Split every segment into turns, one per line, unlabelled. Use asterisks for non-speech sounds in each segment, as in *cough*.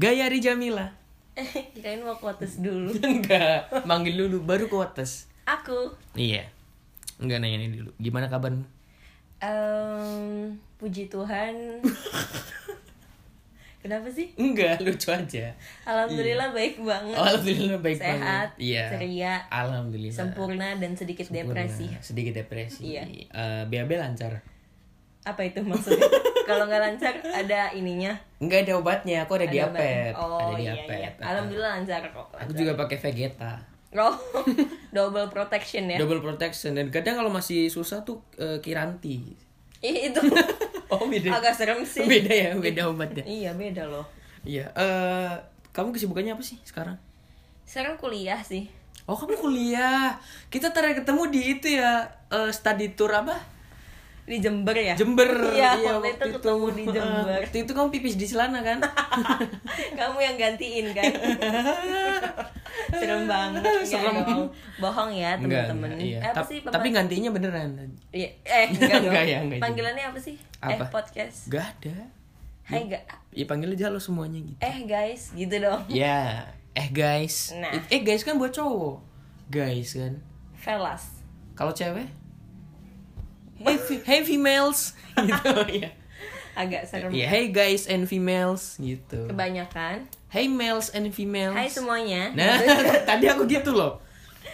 Gaya Ri Jamila.
*laughs* Kirain mau kuotes dulu.
*laughs* Enggak, manggil dulu baru ke wates.
Aku
Iya. Enggak nanya ini dulu. Gimana kabarmu?
em, puji Tuhan.
*laughs*
Kenapa sih?
Enggak, *laughs* lucu aja.
Alhamdulillah baik banget.
Iya. Alhamdulillah baik
Sehat,
banget. Iya.
ceria,
Alhamdulillah.
sempurna dan sedikit depresi.
Sempurna. Sedikit depresi.
Iya.
Eh, BAB lancar.
Apa itu
*laughs*
maksudnya? Kalau nggak lancar ada ininya.
Enggak ada obatnya, aku ada,
Ada
diapet.
bahan. Oh
ada
iya, iya.
diapet.
Alhamdulillah lancar kok.
Aku juga pakai Vegeta.
*laughs* Oh, double protection ya.
Double protection dan kadang kalau masih susah tuh eh,
*laughs*
Kiranti.
Ih, itu
Oh, *laughs* beda.
agak serem sih.
Beda *laughs* ya, beda obatnya.
Iya beda loh.
Iya. Eh, kamu kesibukannya apa sih sekarang?
Sekarang kuliah sih.
Oh kamu kuliah. Kita terakhir ketemu di itu ya eh, study tour apa?
Di Jember ya?
Jember.
Iya, waktu, itu ketemu di
*laughs*
Jember.
Waktu itu kamu pipis di celana
*laughs*
kan?
Kamu yang gantiin kan? Serem
*laughs*
banget. Nggak,
Serem.
nggak mau. bohong ya teman-teman.
Enggak, iya.
Eh, Apa
Ta-
sih
tapi
papa-
gantinya beneran.
Iya,
*laughs*
eh enggak dong.
Enggak ya, enggak juga.
Panggilannya apa sih?
Apa? Iya.
Eh podcast.
Gak ada.
Hai ga-
Ya panggil aja lo semuanya gitu.
eh guys, gitu dong.
Ya, eh guys.
Nah.
Eh, Eh guys kan buat cowok. Guys kan.
Velas.
Kalau cewek Hey, fe- hey females *laughs* gitu ya.
Agak serem.
Ya hey guys and females gitu.
Kebanyakan.
Hey males and females.
Hai semuanya.
*laughs* Nah, tadi aku gitu loh.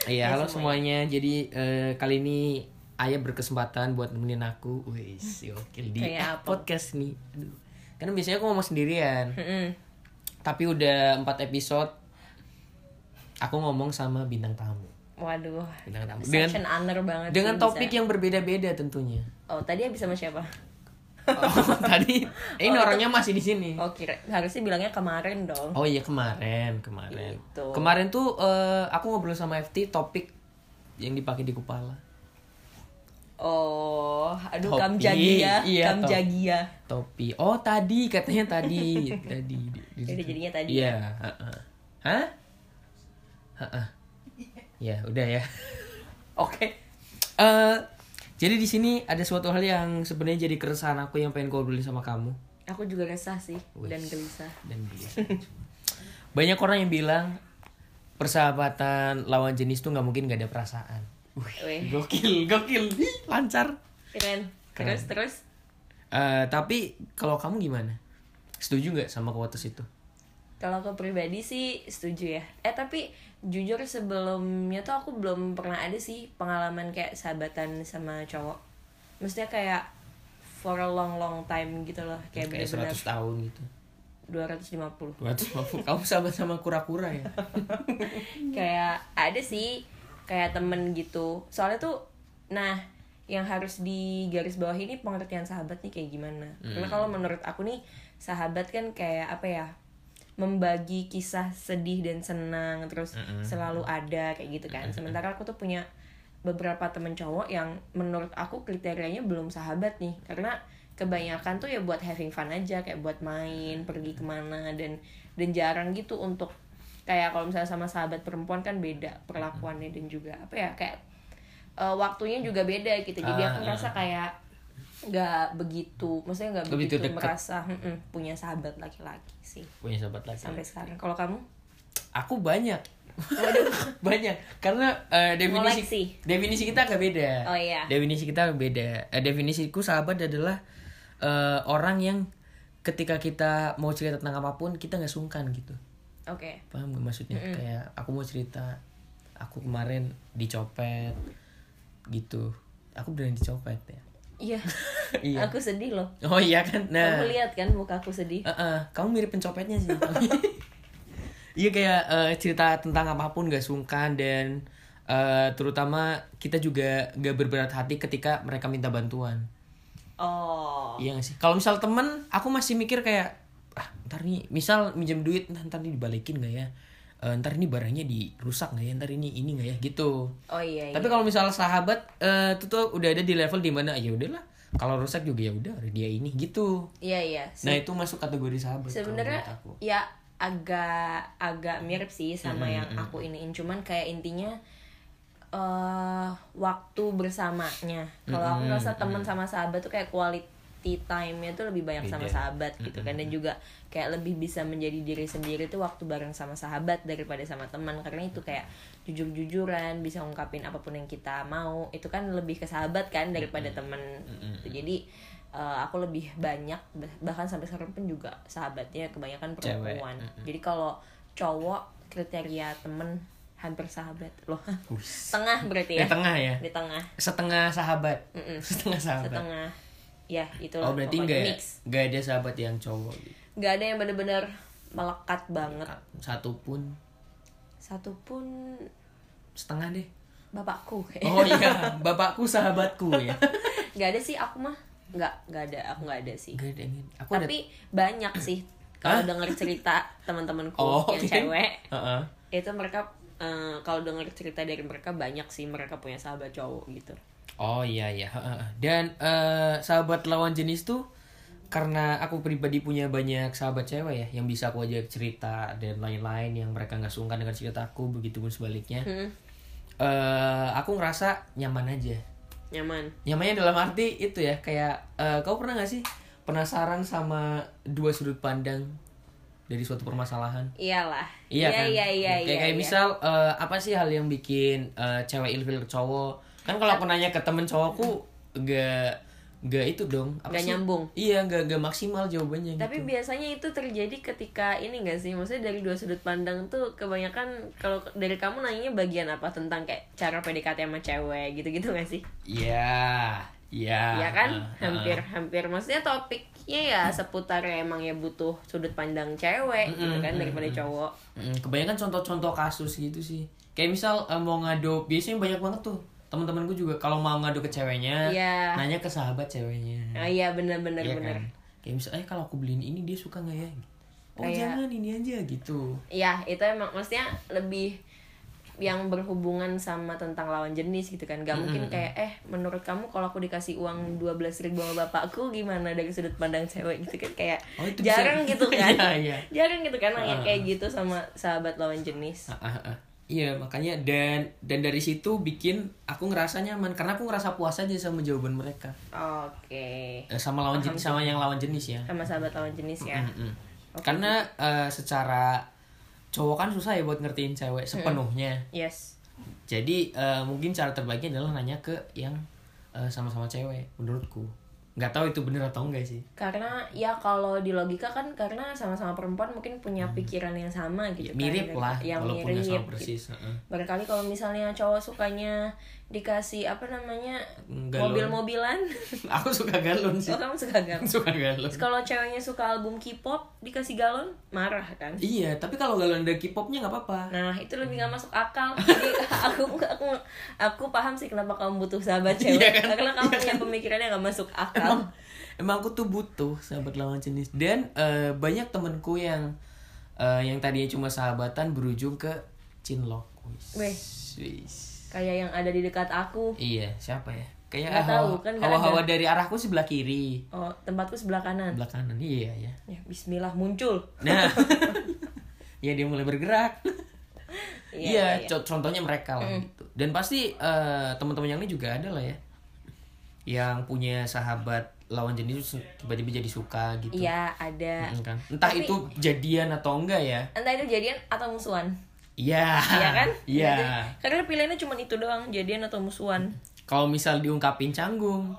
Iya, halo semuanya. Jadi eh, kali ini Ayah berkesempatan buat nemenin aku. Wis, gokil di
Kayak apa?
podcast nih. Aduh. Karena biasanya aku ngomong sendirian.
Mm-mm.
Tapi udah 4 episode aku ngomong sama bintang tamu.
Waduh.
Bintang tamu.
Section
Dengan
honor banget.
dengan
sih
topik
bisa.
yang berbeda-beda tentunya.
Oh, tadi habis sama siapa?
*laughs* Oh, tadi eh, ini orangnya masih di sini.
Oh, kira harusnya bilangnya kemarin dong.
Oh iya kemarin, kemarin.
Gitu.
Kemarin tuh eh, aku ngobrol sama FT topik yang dipakai di kepala.
Oh, aduh
Topi.
kam jagia,
Iya,
kam
topi.
jagia.
Topi. Oh, tadi katanya
*laughs*
tadi. tadi. Di, di
Jadi
situ.
jadinya tadi. ya?
Iya, heeh. Hah?
*laughs*
Heeh. Ya, udah ya. Oke. Eh, jadi di sini ada suatu hal yang sebenarnya jadi keresahan aku yang pengen gue obrolin sama kamu
Aku juga resah sih dan
Wih.
gelisah.
dan bisa. Banyak orang yang bilang persahabatan lawan jenis tuh nggak mungkin gak ada perasaan.
Weh,
Gokil, gokil, Ih, lancar.
keren. Terus terus
Eh, tapi kalau kamu gimana? Setuju nggak sama kuotas itu?
kalau aku pribadi sih setuju ya. Eh tapi jujur sebelumnya tuh aku belum pernah ada sih pengalaman kayak sahabatan sama cowok. Maksudnya kayak for a long long time gitu loh, kayak
Kayak
benar-benar
100 tahun gitu. 250. *laughs*
250.
kamu sahabat sama kura-kura ya?
kayak ada sih kayak temen gitu soalnya tuh nah yang harus di garis bawah ini pengertian sahabat nih kayak gimana karena kalau menurut aku nih sahabat kan kayak apa ya membagi kisah sedih dan senang terus selalu ada kayak gitu kan sementara aku tuh punya beberapa temen cowok yang menurut aku kriterianya belum sahabat nih karena kebanyakan tuh ya buat having fun aja kayak buat main pergi kemana dan dan jarang gitu untuk kayak kalau misalnya sama sahabat perempuan kan beda perlakuannya dan juga apa ya kayak eh, waktunya juga beda gitu jadi
Ah,
aku merasa kayak nggak begitu maksudnya nggak
Begitu
begitu,
dekat.
merasa "Mm-mm, punya sahabat laki-laki sih
Punya sahabat lagi.
sampai sekarang kalau kamu
Aku banyak. *laughs* banyak karena eh, definisi
Koleksi.
definisi kita agak beda.
Oh, iya.
Definisi kita agak beda. Eh, definisiku sahabat adalah eh, orang yang ketika kita mau cerita tentang apapun kita nggak sungkan gitu.
oke
paham gak maksudnya kayak aku mau cerita aku kemarin dicopet gitu aku beneran dicopet ya
iya
*laughs* Iya.
aku sedih loh
oh iya kan nah
kamu lihat kan muka aku sedih
eh-eh, kamu mirip pencopetnya sih iya kayak eh, cerita tentang apapun gak sungkan dan eh, terutama kita juga gak berberat hati ketika mereka minta bantuan
oh
Iya gak sih? Kalau misal temen, aku masih mikir kayak ah, ntar nih, misal minjem duit, nah, ntar nih dibalikin gak ya? Eh, ntar ini barangnya dirusak gak ya? Ntar ini ini gak ya? Gitu.
oh iya, iya.
Tapi kalau misal sahabat, eh, itu tuh udah ada di level dimana ya udahlah. Kalau rusak juga ya udah, dia ini gitu.
iya iya
Nah itu masuk kategori sahabat. kalau
sebenarnya
menurut aku.
ya agak agak mirip sih sama yang aku iniin cuman kayak intinya eh waktu bersamanya. Kalau aku
Mm-mm,
rasa teman sama sahabat tuh kayak quality time-nya tuh lebih banyak sama
Beda.
sahabat gitu kan dan juga kayak lebih bisa menjadi diri sendiri tuh waktu bareng sama sahabat daripada sama teman karena itu kayak jujur-jujuran bisa ngungkapin apapun yang kita mau itu kan lebih ke sahabat kan daripada teman gitu. Jadi eh, aku lebih banyak bah- bahkan sampai sekarang pun juga sahabatnya kebanyakan
Cewek.
perempuan. Jadi kalau cowok kriteria temen hampir sahabat loh.
Wis.
Tengah berarti
Eh,
ya.
tengah ya
Di tengah.
setengah sahabat
Mm-mm.
setengah sahabat
Setengah. Ya, itu
oh berarti nggak
mix.
nggak ada sahabat yang cowok gitu.
Nggak ada yang bener-bener melekat banget.
satu pun
Satu pun
setengah
*laughs*
deh
bapakku.
oh iya bapakku sahabatku ya
*laughs* Nggak ada sih aku mah. Nggak, nggak ada. Aku nggak ada sih.
Nggak ada yang ini. aku ada
Tapi banyak sih kalau denger cerita teman-temanku
*laughs* Oh,
yang
oke.
cewek
Heeh.
itu mereka eh, kalau denger cerita dari mereka banyak sih mereka punya sahabat cowok gitu.
Oh iya iya. Heeh. Dan eh, sahabat lawan jenis tuh karena aku pribadi punya banyak sahabat cewek ya yang bisa aku ajak cerita dan lain-lain yang mereka nggak sungkan dengan cerita aku begitupun sebaliknya.
Hmm,
Eh, aku ngerasa nyaman aja.
nyaman.
Nyamannya Ya, dalam arti itu ya kayak eh, kau pernah nggak sih penasaran sama dua sudut pandang dari suatu permasalahan?
Iyalah.
Iya kan?
Iya iya
Kayak,
iya.
kayak
iya.
misal eh, apa sih hal yang bikin eh, cewek ilfil ke cowok? Kan kalau aku nanya ke temen cowokku gak gak itu dong. Apa
Nggak
sih?
nyambung.
Iya, gak gak maksimal jawabannya
Tapi
gitu.
biasanya itu terjadi ketika ini gak sih? Maksudnya dari dua sudut pandang tuh kebanyakan kalau dari kamu nanyanya bagian apa tentang kayak cara PDKT sama cewek gitu-gitu gak sih?
Iya. Iya.
Iya kan?
Ah, ah.
Hampir-hampir maksudnya topiknya ya seputar ya emang ya butuh sudut pandang cewek gitu kan daripada cowok.
Mm, kebanyakan contoh-contoh kasus gitu sih. Kayak misal eh, mau ngadu, biasanya banyak banget tuh teman-temanku juga kalau mau ngadu ke ceweknya,
Iya.
nanya ke sahabat ceweknya.
Ah iya bener-bener
Iya
bener.
kan? Kayak misal, eh kalau aku beliin ini dia suka nggak ya? Oh
Kayak-
jangan ini aja gitu.
Iya, itu emang maksudnya lebih yang berhubungan sama tentang lawan jenis gitu kan gak mungkin kayak eh menurut kamu kalau aku dikasih uang 12.000 ribu sama bapakku gimana dari sudut pandang cewek gitu kan kayak
Oh, itu bisa- *laughs*
jarang gitu kan
Iya, iya.
jarang gitu kan yang kayak gitu sama sahabat lawan jenis
Ah, ah, ah. Iya makanya dan dan dari situ bikin aku ngerasa nyaman karena aku ngerasa puas aja sama jawaban mereka
oke
Eh, sama lawan jenis sama yang lawan jenis ya.
sama sahabat lawan jenis ya
Mm. Karena eh, secara cowok kan susah ya buat ngertiin cewek sepenuhnya.
yes
Jadi eh, mungkin cara terbaiknya adalah nanya ke yang eh, sama-sama cewek menurutku. Nggak tahu itu bener atau enggak sih.
karena ya kalau di logika kan karena sama-sama perempuan mungkin punya pikiran yang
Mm.
sama
Ya,
gitu kan.
mirip lah
yang
walaupun nggak sama
mirip gitu.
persis. Heeh.
barangkali kalau misalnya cowok sukanya dikasih apa namanya
Galon.
mobil-mobilan
*laughs* aku suka galon sih.
oh kamu suka galon
*laughs* suka galon.
Terus kalau ceweknya suka album K-pop dikasih galon marah kan
Iya, tapi kalau galon ada K-popnya nggak apa-apa.
nah itu lebih gak masuk akal jadi *laughs* aku aku aku paham sih kenapa kamu butuh sahabat cewek
Iya kan?
karena kamu punya pemikiran yang gak masuk
*laughs*
akal
Emang aku tuh butuh sahabat lawan jenis dan eh, banyak temenku yang eh, yang tadinya cuma sahabatan berujung ke cinlok. Wis.
Weh.
Wis.
kayak yang ada di dekat aku
Iya, siapa ya? Kayak
Nggak tahu,
hawa-
kan nggak
hawa-hawa dari arahku sebelah kiri,
oh tempatku sebelah kanan
sebelah kanan. Iya ya.
ya Bismillah muncul *laughs*
Nah, ya dia mulai bergerak. Iya, co- contohnya mereka
Mm.
lah gitu. Dan pasti eh, teman-teman yang ini juga ada lah ya, yang punya sahabat lawan jenis terus tiba-tiba jadi suka gitu.
iya ada
Mm, kan? Entah
Tapi-
itu jadian atau enggak ya.
entah itu jadian atau musuhan
Iya.
Iya kan?
Iya.
Karena pilihannya cuma itu doang, jadian atau musuhan.
Kalau misal diungkapin canggung,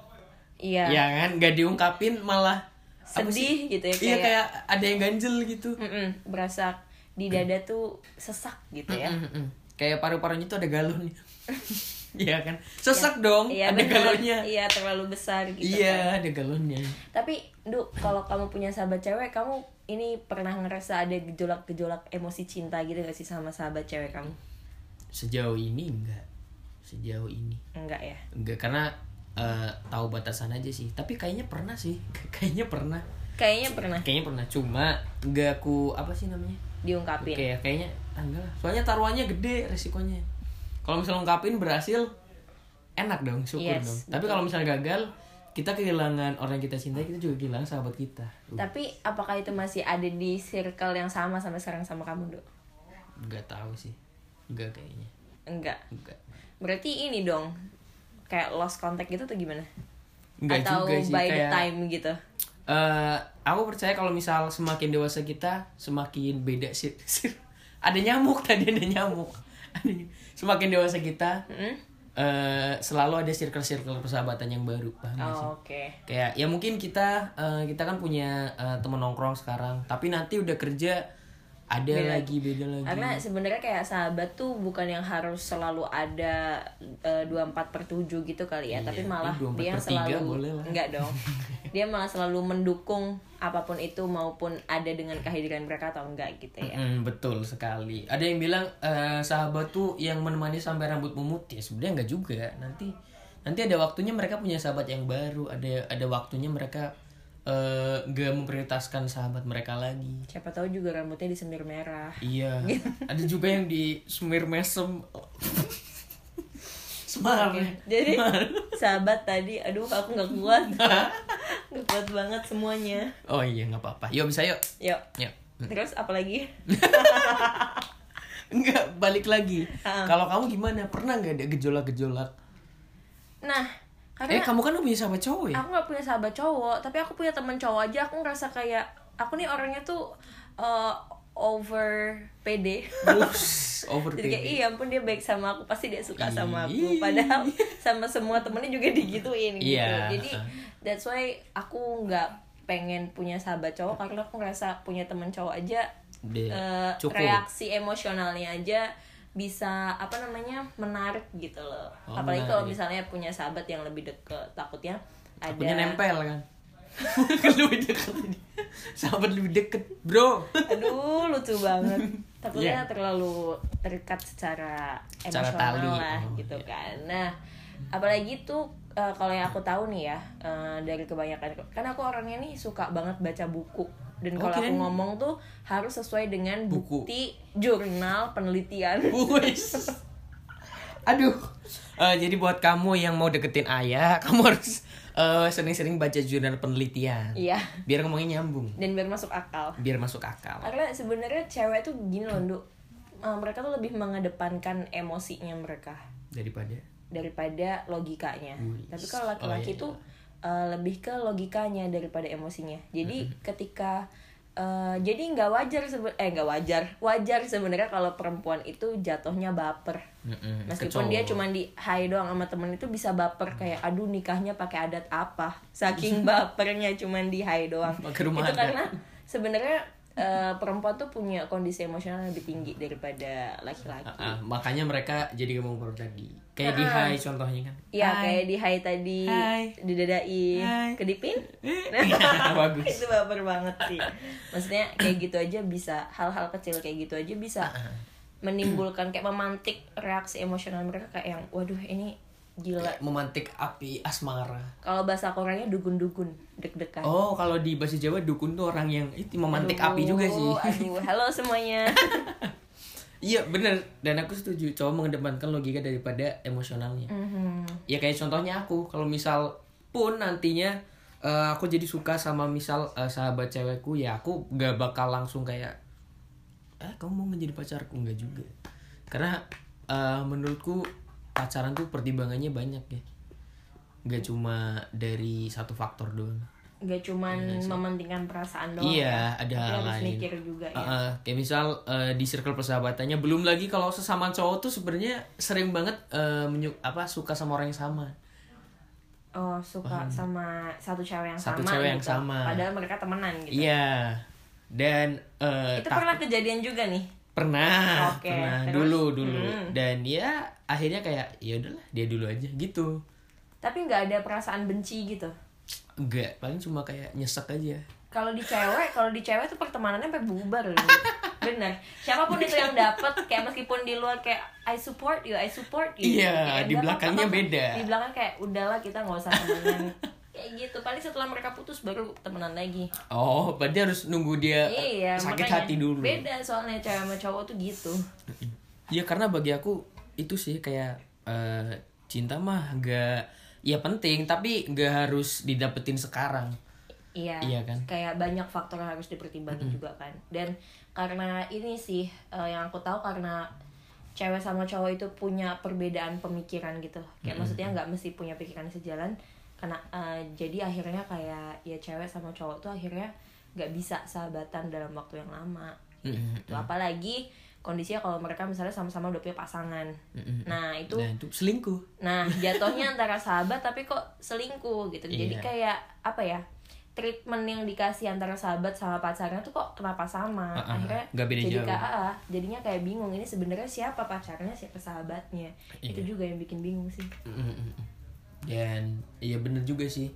Iya.
ya kan? Gak diungkapin malah apa sih?
Sedih gitu ya
Iya
kayak.
kayak ada yang ganjel gitu.
Mm-mm, berasa di dada tuh sesak gitu ya.
Mm-mm. Kayak paru-parunya tuh ada galonnya. *laughs* Iya kan? Sesek dong,
Iya,
ada
bener.
galonnya.
Iya, terlalu besar gitu. kan.
Iya, ada galonnya.
Tapi, Du, kalau kamu punya sahabat cewek, kamu ini pernah ngerasa ada gejolak-gejolak emosi cinta gitu gak sih sama sahabat cewek kamu?
Sejauh ini enggak. Sejauh ini
Enggak ya.
enggak karena eh, tahu batasan aja sih. Tapi kayaknya pernah sih. *laughs* kayaknya pernah.
Kayaknya pernah
Kayaknya pernah. Cuma enggak aku apa sih namanya?
diungkapin.
Oke, kayaknya ah, enggak lah. Soalnya taruhannya gede resikonya. Kalau misalnya ngungkapin berhasil, enak dong, syukur
Yes,
dong. Tapi kalau misalnya gagal, kita kehilangan orang yang kita cintai, kita juga kehilangan sahabat kita. Uh,
Tapi apakah itu masih ada di circle yang sama sampai sekarang sama kamu, Du?
Enggak tahu sih. Enggak kayaknya.
Enggak.
Enggak.
berarti ini dong kayak lost contact gitu atau gimana
Enggak
atau
juga sih
by the
kayak
time gitu
eh, aku percaya kalau misal semakin dewasa kita semakin beda sih. *laughs* ada nyamuk tadi ada nyamuk. Ada ny- semakin dewasa kita
Mm-mm.
eh, selalu ada circle-circle persahabatan yang baru. Paham nggak sih?
Oh, oke
Kayak ya mungkin kita eh, kita kan punya eh, temen nongkrong sekarang, tapi nanti udah kerja ada lagi beda lagi.
karena sebenarnya kayak sahabat tuh bukan yang harus selalu ada eh, dua empat per tujuh gitu kali
Iya,
ya tapi malah
ini 24 per
dia yang
tiga
selalu
boleh lah.
enggak
*laughs*
dong dia malah selalu mendukung apapun itu maupun ada dengan kehadiran mereka atau enggak gitu ya
Mm, betul sekali. Ada yang bilang eh, sahabat tuh yang menemani sampai rambut memutih. Ya, Sebenarnya enggak juga. Nanti nanti ada waktunya mereka punya sahabat yang baru. Ada ada waktunya mereka eh, enggak memprioritaskan sahabat mereka lagi.
siapa tahu juga rambutnya disemir merah
*laughs* Iya. ada juga yang di smear *laughs* mesem. ya. Semar.
jadi sahabat tadi aduh aku nggak kuat nggak kuat banget semuanya
Oh iya nggak apa-apa. Yuk bisa yuk. Ya.
yuk
Yuk.
terus apalagi
Hmm. Enggak balik lagi. Kalau kamu gimana? Pernah nggak ada gejolak-gejolak?
nah
Eh
karena
kamu kan punya sahabat cowok ya?
aku nggak punya sahabat cowok tapi aku punya teman cowok aja aku ngerasa kayak aku nih orangnya tuh eh, over pede
Bus, over
*laughs* jadi kayak
PD.
iya ampun dia baik sama aku pasti dia suka sama
Ih.
aku padahal sama semua temennya juga digituin gitu
Iya.
jadi that's why aku nggak pengen punya sahabat cowok karena aku ngerasa punya teman cowok aja
Udah,
eh,
Iya, cukup.
reaksi emosionalnya aja bisa apa namanya menarik gitu loh
Oh,
apalagi kalau
menarik.
misalnya punya sahabat yang lebih deket takutnya ada
Punya nempel kan? *laughs* lebih deket ini. Sahabat lebih deket, bro.
aduh lucu
*laughs*
banget takutnya
Iya.
terlalu terikat secara
Secara
emosional
tali.
lah
Oh,
gitu
iya.
kan nah apalagi tuh eh, kalau yang aku tahu nih ya eh, dari kebanyakan kan aku orangnya nih suka banget baca buku dan
Oh,
kalau aku
kirain-
ngomong tuh harus sesuai dengan
Buku.
bukti jurnal penelitian
Wis. Aduh. Eh, jadi buat kamu yang mau deketin ayah, *laughs* kamu harus eh, sering-sering baca jurnal penelitian.
iya
Biar ngomongnya nyambung,
dan biar masuk akal
biar masuk akal.
karena sebenarnya cewek tuh gini loh Ndu. Eh, mereka tuh lebih mengedepankan emosinya mereka
Daripada
daripada logikanya.
Wih.
Tapi kalau
Oh,
laki-laki
iya,
itu uh, lebih ke logikanya daripada emosinya. Jadi
Mm-hmm.
ketika uh, jadi nggak wajar sebe- eh nggak wajar wajar sebenarnya kalau perempuan itu jatuhnya baper.
Mm-mm,
Meskipun
ke
dia
cowok.
cuma di high doang sama temen itu bisa baper kayak
Mm-hmm.
aduh nikahnya pakai adat apa saking *laughs* bapernya cuman di high doang.
Pakai rumah
itu
adat.
karena sebenarnya uh, perempuan tuh punya kondisi emosional lebih tinggi daripada laki-laki.
Ah, ah, makanya mereka jadi ngomong baru tadi. Kayak di high contohnya kan.
Iya kayak di hai tadi
Hai.
didadain
Hai.
kedipin
Iya, *laughs* bagus.
itu baper banget sih maksudnya kayak gitu aja bisa hal-hal kecil kayak gitu aja bisa
Ah.
menimbulkan kayak memantik reaksi emosional mereka kayak yang waduh ini gila
Memantik api asmara.
kalau bahasa Koreanya dugun-dugun deg-degan
Oh, kalau di bahasa Jawa dukun tuh orang yang itu memantik api juga sih.
aduh halo
*laughs*
semuanya
Iya bener dan aku setuju cowok mengedepankan logika daripada emosionalnya.
Mhm.
Ya kayak contohnya aku kalau misal pun nantinya eh, aku jadi suka sama misal eh, sahabat cewekku ya aku gak bakal langsung kayak eh kamu mau menjadi pacarku nggak juga karena eh, menurutku pacaran tuh pertimbangannya banyak ya nggak cuma dari satu faktor doang.
nggak cuman mementingkan perasaan doang
Iya,
ya.
ada
Tapi
hal
harus
lain.
mikir juga ya
Uh-uh, kayak misal uh, di circle persahabatannya belum lagi kalau sesama cowok tuh sebenarnya sering banget uh, menyu- apa suka sama orang yang sama
oh suka sama satu cewek yang
Hmm. Satu
sama
cewek yang
gitu.
sama.
padahal mereka temenan gitu
iya dan uh,
itu
tak-
pernah kejadian juga nih
pernah
Oke,
pernah
terus?
dulu dulu
Hmm.
dan dia akhirnya kayak ya udahlah dia dulu aja gitu
tapi nggak ada perasaan benci gitu
enggak paling cuma kayak nyesek aja
kalau di cewek kalau di cewek tuh pertemanannya sampai bubar
*laughs*
loh bener siapapun itu yang dapat kayak meskipun di luar kayak I support you I support you
Iya,
Kayak,
di
"Nggak
belakangnya
apa-apa."
beda.
di belakang kayak udahlah kita nggak usah temenan *laughs* kayak gitu paling setelah mereka putus baru temenan lagi
oh berarti harus nunggu dia uh,
iya
sakit
makanya.
hati dulu
beda soalnya cewek sama cowok tuh gitu
Ya karena bagi aku itu sih kayak eh, cinta mah gak ya penting tapi gak harus didapetin sekarang.
Iya,
Iya kan?
kayak banyak faktor yang harus dipertimbangin juga kan. Dan karena ini sih eh, yang aku tahu karena cewek sama cowok itu punya perbedaan pemikiran gitu kayak maksudnya nggak mesti punya pikiran sejalan karena eh, jadi akhirnya kayak ya cewek sama cowok tuh akhirnya nggak bisa sahabatan dalam waktu yang lama
Mm-mm.
Gitu. apalagi kondisinya kalau mereka misalnya sama-sama udah punya pasangan
Mm-mm.
nah itu
Nah itu selingkuh.
Nah, jatuhnya antara sahabat tapi kok selingkuh gitu. Jadi
Iya.
kayak apa ya? Treatment yang dikasih antara sahabat sama pacarnya tuh kok kenapa sama?
Ah, ah,
Akhirnya
nggak beda
jadi
jauh.
kayak ah, ah, jadinya kayak bingung ini sebenarnya siapa pacarnya, siapa sahabatnya.
Iya.
Itu juga yang bikin bingung sih.
Mm-mm. Dan iya bener juga sih.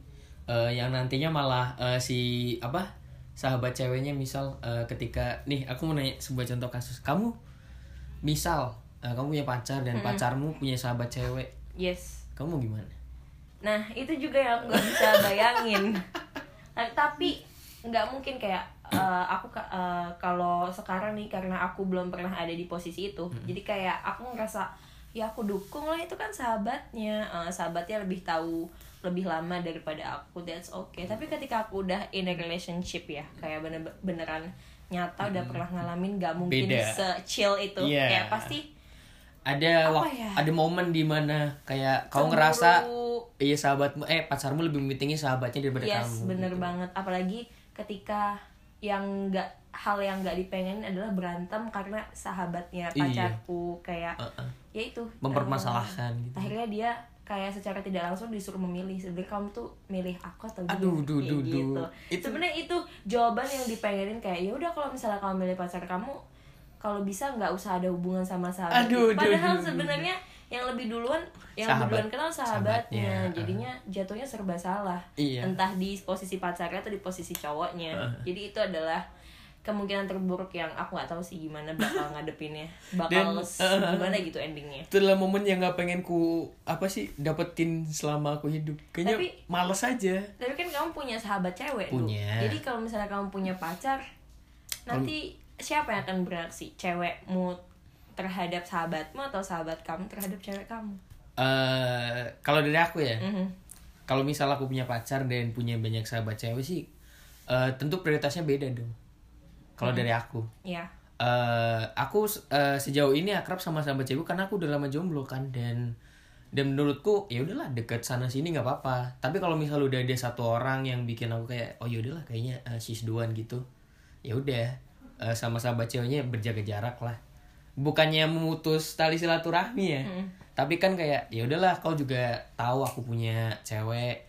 Eh, yang nantinya malah eh, si apa sahabat ceweknya misal eh, ketika nih aku mau nanya sebuah contoh kasus kamu misal eh, kamu punya pacar dan pacarmu punya sahabat cewek
Yes.
kamu mau gimana?
Nah, itu juga yang aku nggak bisa bayangin. Nah, tapi nggak mungkin kayak eh, aku ka- eh, kalau sekarang nih karena aku belum pernah ada di posisi itu. Jadi kayak aku ngerasa ya aku dukung lah itu kan sahabatnya. Eh, sahabatnya lebih tahu lebih lama daripada aku. That's okay. Tapi ketika aku udah in a relationship ya, kayak bener beneran nyata udah pernah ngalamin nggak mungkin
Beda.
se-chill itu.
Iya.
Kayak pasti
Ada
Apa
wak-
ya?
ada momen dimana kayak kau
cemburu,
ngerasa iya sahabatmu eh pacarmu lebih mementingi sahabatnya daripada
yes,
kamu.
bener
gitu.
banget. Apalagi ketika yang nggak hal yang nggak dipengenin adalah berantem karena sahabatnya
Iya.
pacarku kayak
Uh-uh.
ya itu
Mempermasalahkan
eh,
gitu.
akhirnya dia kayak secara tidak langsung disuruh memilih sebenarnya kamu tuh milih aku atau dia
Aduh, duh,
Kayak
duh,
gitu.
duh. Itu-
sebenarnya itu jawaban yang dipengenin kayak ya udah kalau misalnya kamu milih pacar kamu kalau bisa nggak usah ada hubungan sama sahabat
Aduh, duh,
padahal
duh, duh,
sebenarnya yang lebih duluan yang
Sahabat.
lebih duluan kenal sahabatnya,
Sahabatnya, ah.
jadinya jatuhnya serba salah
Iya. Ah.
entah di posisi pacarnya atau di posisi cowoknya jadi itu adalah kemungkinan terburuk yang aku nggak tahu sih gimana
*laughs*
bakal ngadepinnya bakal
Dan, ah.
s- gimana gitu endingnya
itu adalah momen yang gak pengen ku apa sih dapetin selama aku hidup kayaknya
Tapi-
males aja
tapi kan kamu punya sahabat cewek Du.
Punya.
jadi kalau misalnya kamu punya pacar nanti siapa yang akan beraksi cewekmu terhadap sahabatmu atau sahabat kamu terhadap cewek kamu
eh kalau dari aku ya
Mhm.
kalau misal aku punya pacar dan punya banyak sahabat cewek sih eh tentu prioritasnya beda dong kalau dari aku
ya
eh aku eh, sejauh ini akrab sama sahabat cewek karena aku udah lama jomblo kan dan dan menurutku ya udahlah deket sana sini nggak apa-apa tapi kalau misal udah ada satu orang yang bikin aku kayak oh ya udahlah kayaknya eh, she's doan gitu ya udah eh, sama sahabat ceweknya berjaga jarak lah bukannya memutus tali silaturahmi ya tapi kan kayak ya udahlah kau juga tahu aku punya cewek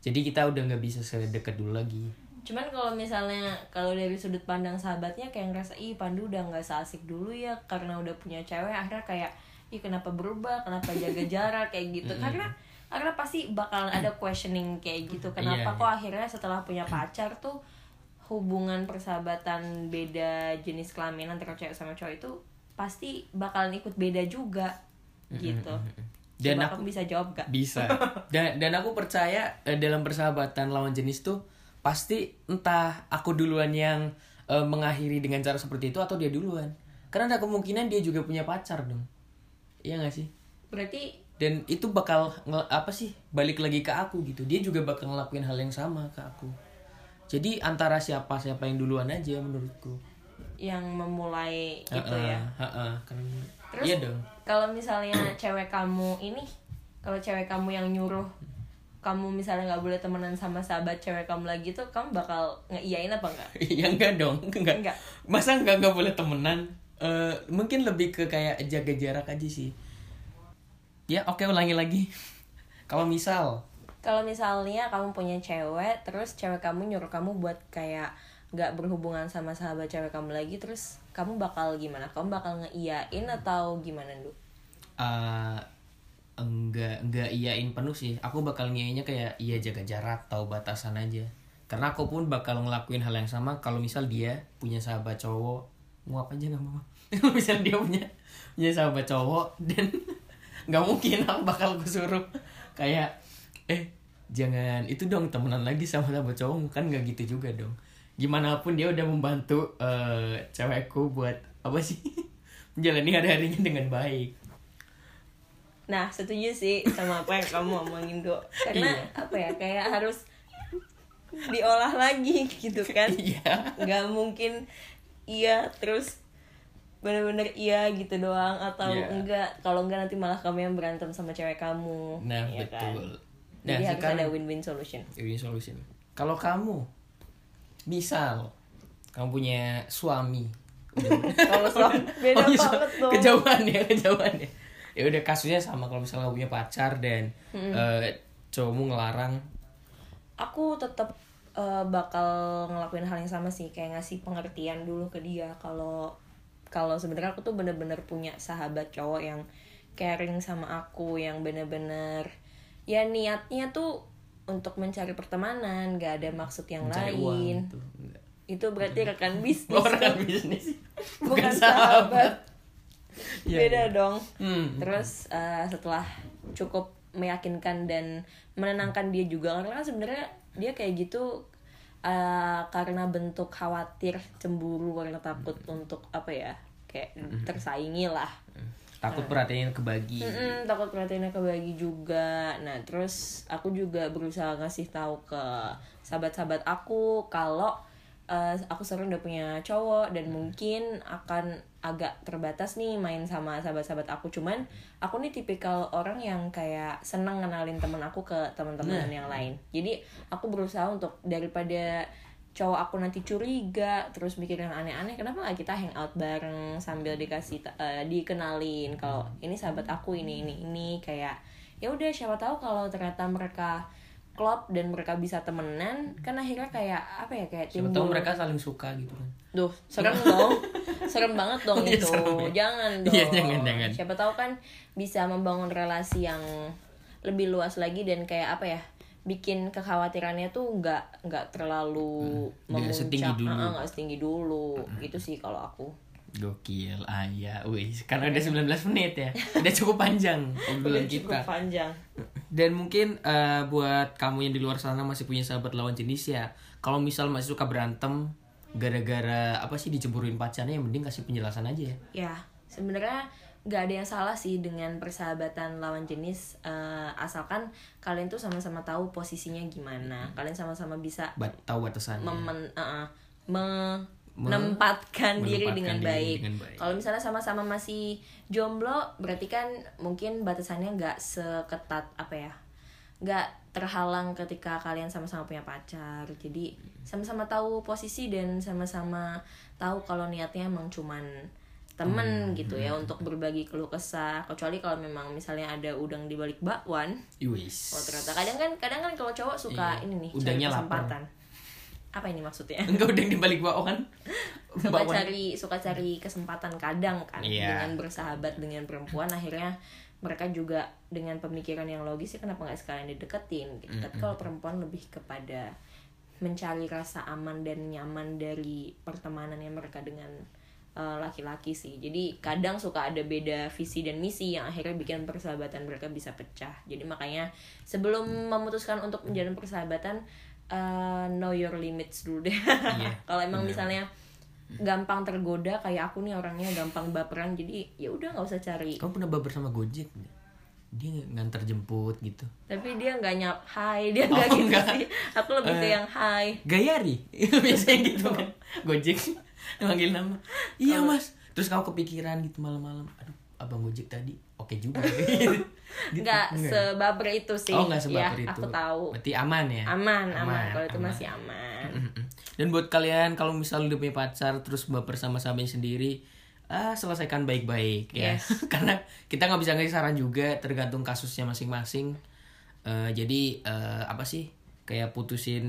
jadi kita udah nggak bisa sedekat dulu lagi
cuman kalau misalnya kalau dari sudut pandang sahabatnya kayak ngerasa ih Pandu udah nggak seasik dulu ya karena udah punya cewek akhirnya kayak ih kenapa berubah kenapa
*laughs*
jaga jarak kayak gitu karena karena pasti bakalan ada questioning kayak gitu kenapa
Iya,
kok akhirnya setelah punya pacar tuh hubungan persahabatan beda jenis kelamin antara cewek sama cowok itu pasti bakalan ikut beda juga gitu
Dan
Coba kamu bisa jawab gak?
bisa
*laughs*
dan dan aku percaya eh, dalam persahabatan lawan jenis tuh pasti entah aku duluan yang eh, mengakhiri dengan cara seperti itu atau dia duluan karena ada kemungkinan dia juga punya pacar dong iya gak sih
Berarti
dan itu bakal ngel- apa sih balik lagi ke aku gitu dia juga bakal ngelakuin hal yang sama ke aku jadi antara siapa siapa yang duluan aja menurutku
yang memulai itu
Heeh,
ya
heeh, karena
Terus-
iya dong
kalau misalnya cewek kamu ini kalau cewek kamu yang nyuruh kamu misalnya nggak boleh temenan sama sahabat cewek kamu lagi tuh kamu bakal ngeiyain apa enggak
*laughs* ya enggak dong enggak,
Enggak.
masa enggak enggak boleh temenan Eh, mungkin lebih ke kayak jaga jarak aja sih ya oke ulangi lagi *laughs* kalau misal
kalau misalnya kamu punya cewek terus cewek kamu nyuruh kamu buat kayak nggak berhubungan sama sahabat cewek kamu lagi terus kamu bakal gimana kamu bakal ngeiyain atau gimana dulu
eh, enggak enggak iyain penuh sih aku bakal ngiyainnya kayak iya jaga jarak tahu batasan aja karena aku pun bakal ngelakuin hal yang sama kalau misal dia punya sahabat cowok nguap aja nggak mau kalau *laughs* misal dia punya punya sahabat cowok dan *laughs* nggak mungkin aku bakal kusuruh kayak eh jangan itu dong temenan lagi sama sahabat cowok kan nggak gitu juga dong gimana pun dia udah membantu eh, cewekku buat apa sih *laughs* menjalani hari-harinya dengan baik
Nah, setuju sih sama apa yang kamu omongin, Do. Karena
Iya.
apa ya, kayak harus diolah lagi gitu kan.
Iya.
Nggak mungkin iya terus bener-bener iya gitu doang atau
Iya.
enggak kalau enggak nanti malah kamu yang berantem sama cewek kamu
Nah,
Iya kan?
betul. Nah,
jadi harus
sekarang-
ada win-win solution
Win-win solution. Kalau kamu misal kamu punya suami.
kalau suami
*laughs*
beda
Oh, iya, su-
banget dong
Kejauhan ya, kejauhan ya. Ya udah kasusnya sama kalau misalnya kamu punya pacar dan
Hmm.
eh, cowokmu ngelarang
aku tetap eh, bakal ngelakuin hal yang sama sih kayak ngasih pengertian dulu ke dia kalau kalau sebenarnya aku tuh bener-bener punya sahabat cowok yang caring sama aku yang bener-bener ya niatnya tuh untuk mencari pertemanan gak ada maksud yang
mencari uang
lain *laughs*
gitu. Enggak.
itu berarti
*laughs*
rekan bisnis kan?
Orang bisnis
bukan sahabat
Iya,
beda
iya.
dong
Hmm.
terus eh, setelah cukup meyakinkan dan menenangkan dia juga karena kan sebenarnya dia kayak gitu eh, karena bentuk khawatir cemburu karena takut untuk apa ya kayak tersaingi lah
Takut
Hmm.
perhatiannya kebagi.
Mm-mm, takut perhatiannya kebagi juga nah terus aku juga berusaha ngasih tahu ke sahabat-sahabat aku kalau eh, aku sekarang udah punya cowok dan mungkin akan agak terbatas nih main sama sahabat-sahabat aku cuman aku nih tipikal orang yang kayak seneng kenalin temen aku ke teman-teman yang lain jadi aku berusaha untuk daripada cowok aku nanti curiga terus mikir yang aneh-aneh kenapa nggak kita hangout bareng sambil dikasih ta- eh, dikenalin kalau ini sahabat aku ini ini ini kayak ya udah siapa tahu kalau ternyata mereka klop dan mereka bisa temenan kan akhirnya kayak apa ya kayak
Siapa tahu mereka saling suka gitu kan.
Duh, serem dong. Serem banget dong
*laughs* Iya,
itu.
serem ya.
Jangan dong.
Iya, jangan, jangan.
Siapa tahu kan bisa membangun relasi yang lebih luas lagi dan kayak apa ya? Bikin kekhawatirannya tuh nggak nggak terlalu
nggak setinggi dulu.
Ah, ah, nggak setinggi dulu. Gitu sih kalau aku.
Gokil, ayah, wih, karena udah 19 menit ya, udah cukup panjang obrolan
cukup
kita.
panjang.
Dan mungkin eh, buat kamu yang di luar sana masih punya sahabat lawan jenis ya, kalau misal masih suka berantem gara-gara apa sih dicemburuin pacarnya, yang mending kasih penjelasan aja ya.
Ya, sebenarnya nggak ada yang salah sih dengan persahabatan lawan jenis eh, asalkan kalian tuh sama-sama tahu posisinya gimana. Kalian sama-sama bisa
Bat tahu batasan.
memen, uh-uh, menempatkan diri
menempatkan
dengan
diri
baik.
dengan baik.
Kalau misalnya sama-sama masih jomblo, berarti kan mungkin batasannya nggak seketat apa ya? Nggak terhalang ketika kalian sama-sama punya pacar. Jadi sama-sama tahu posisi dan sama-sama tahu kalau niatnya emang cuman
Hmm,
temen gitu ya untuk berbagi keluh kesah kecuali kalau memang misalnya ada udang di balik bakwan
Iwis.
Oh ternyata kadang kan kadang kan kalau cowok suka
Iya.
ini nih
Udangnya
cari
lapar.
kesempatan. Apa ini
*laughs*
maksudnya?
Enggak udah dibalik bakwan.
Suka
Bakwan.
cari suka cari kesempatan kadang kan
Iya.
dengan bersahabat dengan perempuan akhirnya mereka juga dengan pemikiran yang logis sih kenapa nggak sekalian dideketin gitu. Tapi kalau perempuan lebih kepada mencari rasa aman dan nyaman dari pertemanannya mereka dengan eh, laki-laki sih. Jadi kadang suka ada beda visi dan misi yang akhirnya bikin persahabatan mereka bisa pecah. Jadi makanya sebelum memutuskan untuk menjalin persahabatan eh, know your limits dulu deh. *laughs* Kalau emang misalnya gampang tergoda kayak aku nih orangnya gampang baperan jadi ya udah nggak usah cari
Kamu pernah baper sama Gojek nggak? Dia nganter jemput gitu.
tapi dia nggak nyap hai dia nggak gitu
enggak.
sih aku lebih ke
Eh.
yang hai
Gayari *laughs* biasanya gitu kan Gojek *laughs* manggil nama iya mas terus kamu kepikiran gitu malam-malam aduh abang Gojek tadi oke *laughs* juga Gitu.
nggak sebaper itu sih
oh nggak sebab
ya
itu
aku tahu
berarti aman ya
aman aman,
Aman,
kalau itu
aman.
masih aman
Mm-mm. dan buat kalian kalau misal udah punya pacar terus baper sama sahabatnya sendiri ah selesaikan baik-baik ya *laughs* karena kita nggak bisa ngasih saran juga tergantung kasusnya masing-masing Eh, jadi eh, apa sih kayak putusin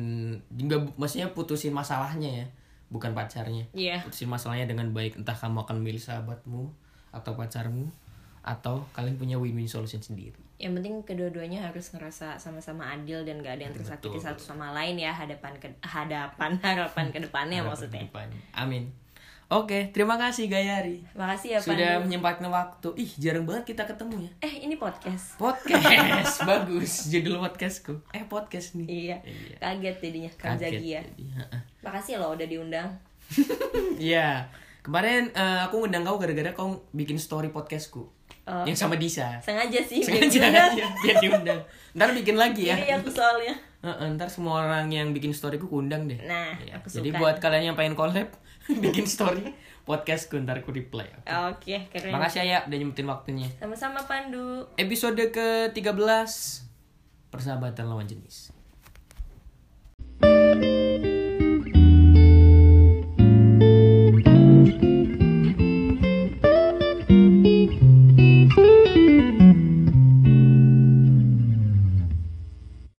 juga maksudnya putusin masalahnya ya bukan pacarnya
Iya.
putusin masalahnya dengan baik entah kamu akan milih sahabatmu atau pacarmu atau kalian punya win-win solution sendiri
yang penting kedua-duanya harus ngerasa sama-sama adil dan gak ada yang tersakiti
Betul.
satu sama lain ya hadapan ke hadapan *laughs* harapan ke depannya Iya, maksudnya
Depannya. amin oke terima kasih Gayari
makasih ya
sudah
Pandu.
menyempatkan waktu. Ih, jarang banget kita ketemu ya.
eh ini podcast *laughs*
Podcast bagus judul podcastku. Eh, podcast nih.
iya
Iya.
kaget jadinya
Kaget
Kamzagi ya
jadi. Heeh.
makasih ya loh udah diundang
Iya. Kemarin eh, aku ngundang kau gara-gara kau bikin story podcastku.
Oh. Iya,
Yang sama Disa.
sengaja sih biar
Sengaja *laughs*
diundang. Iya.
aja, biar diundang. Ntar bikin lagi ya.
Ini aku soalnya
Heeh, ntar semua orang yang bikin story ku kundang deh.
Nah,
Iya.
aku
Jadi
suka.
buat kalian yang pengen collab, *laughs* bikin story podcast ku ntar ku reply.
Oke, keren.
Makasih ya udah nyempetin waktunya.
Sama-sama Pandu.
Episode ke-13 Persahabatan lawan jenis.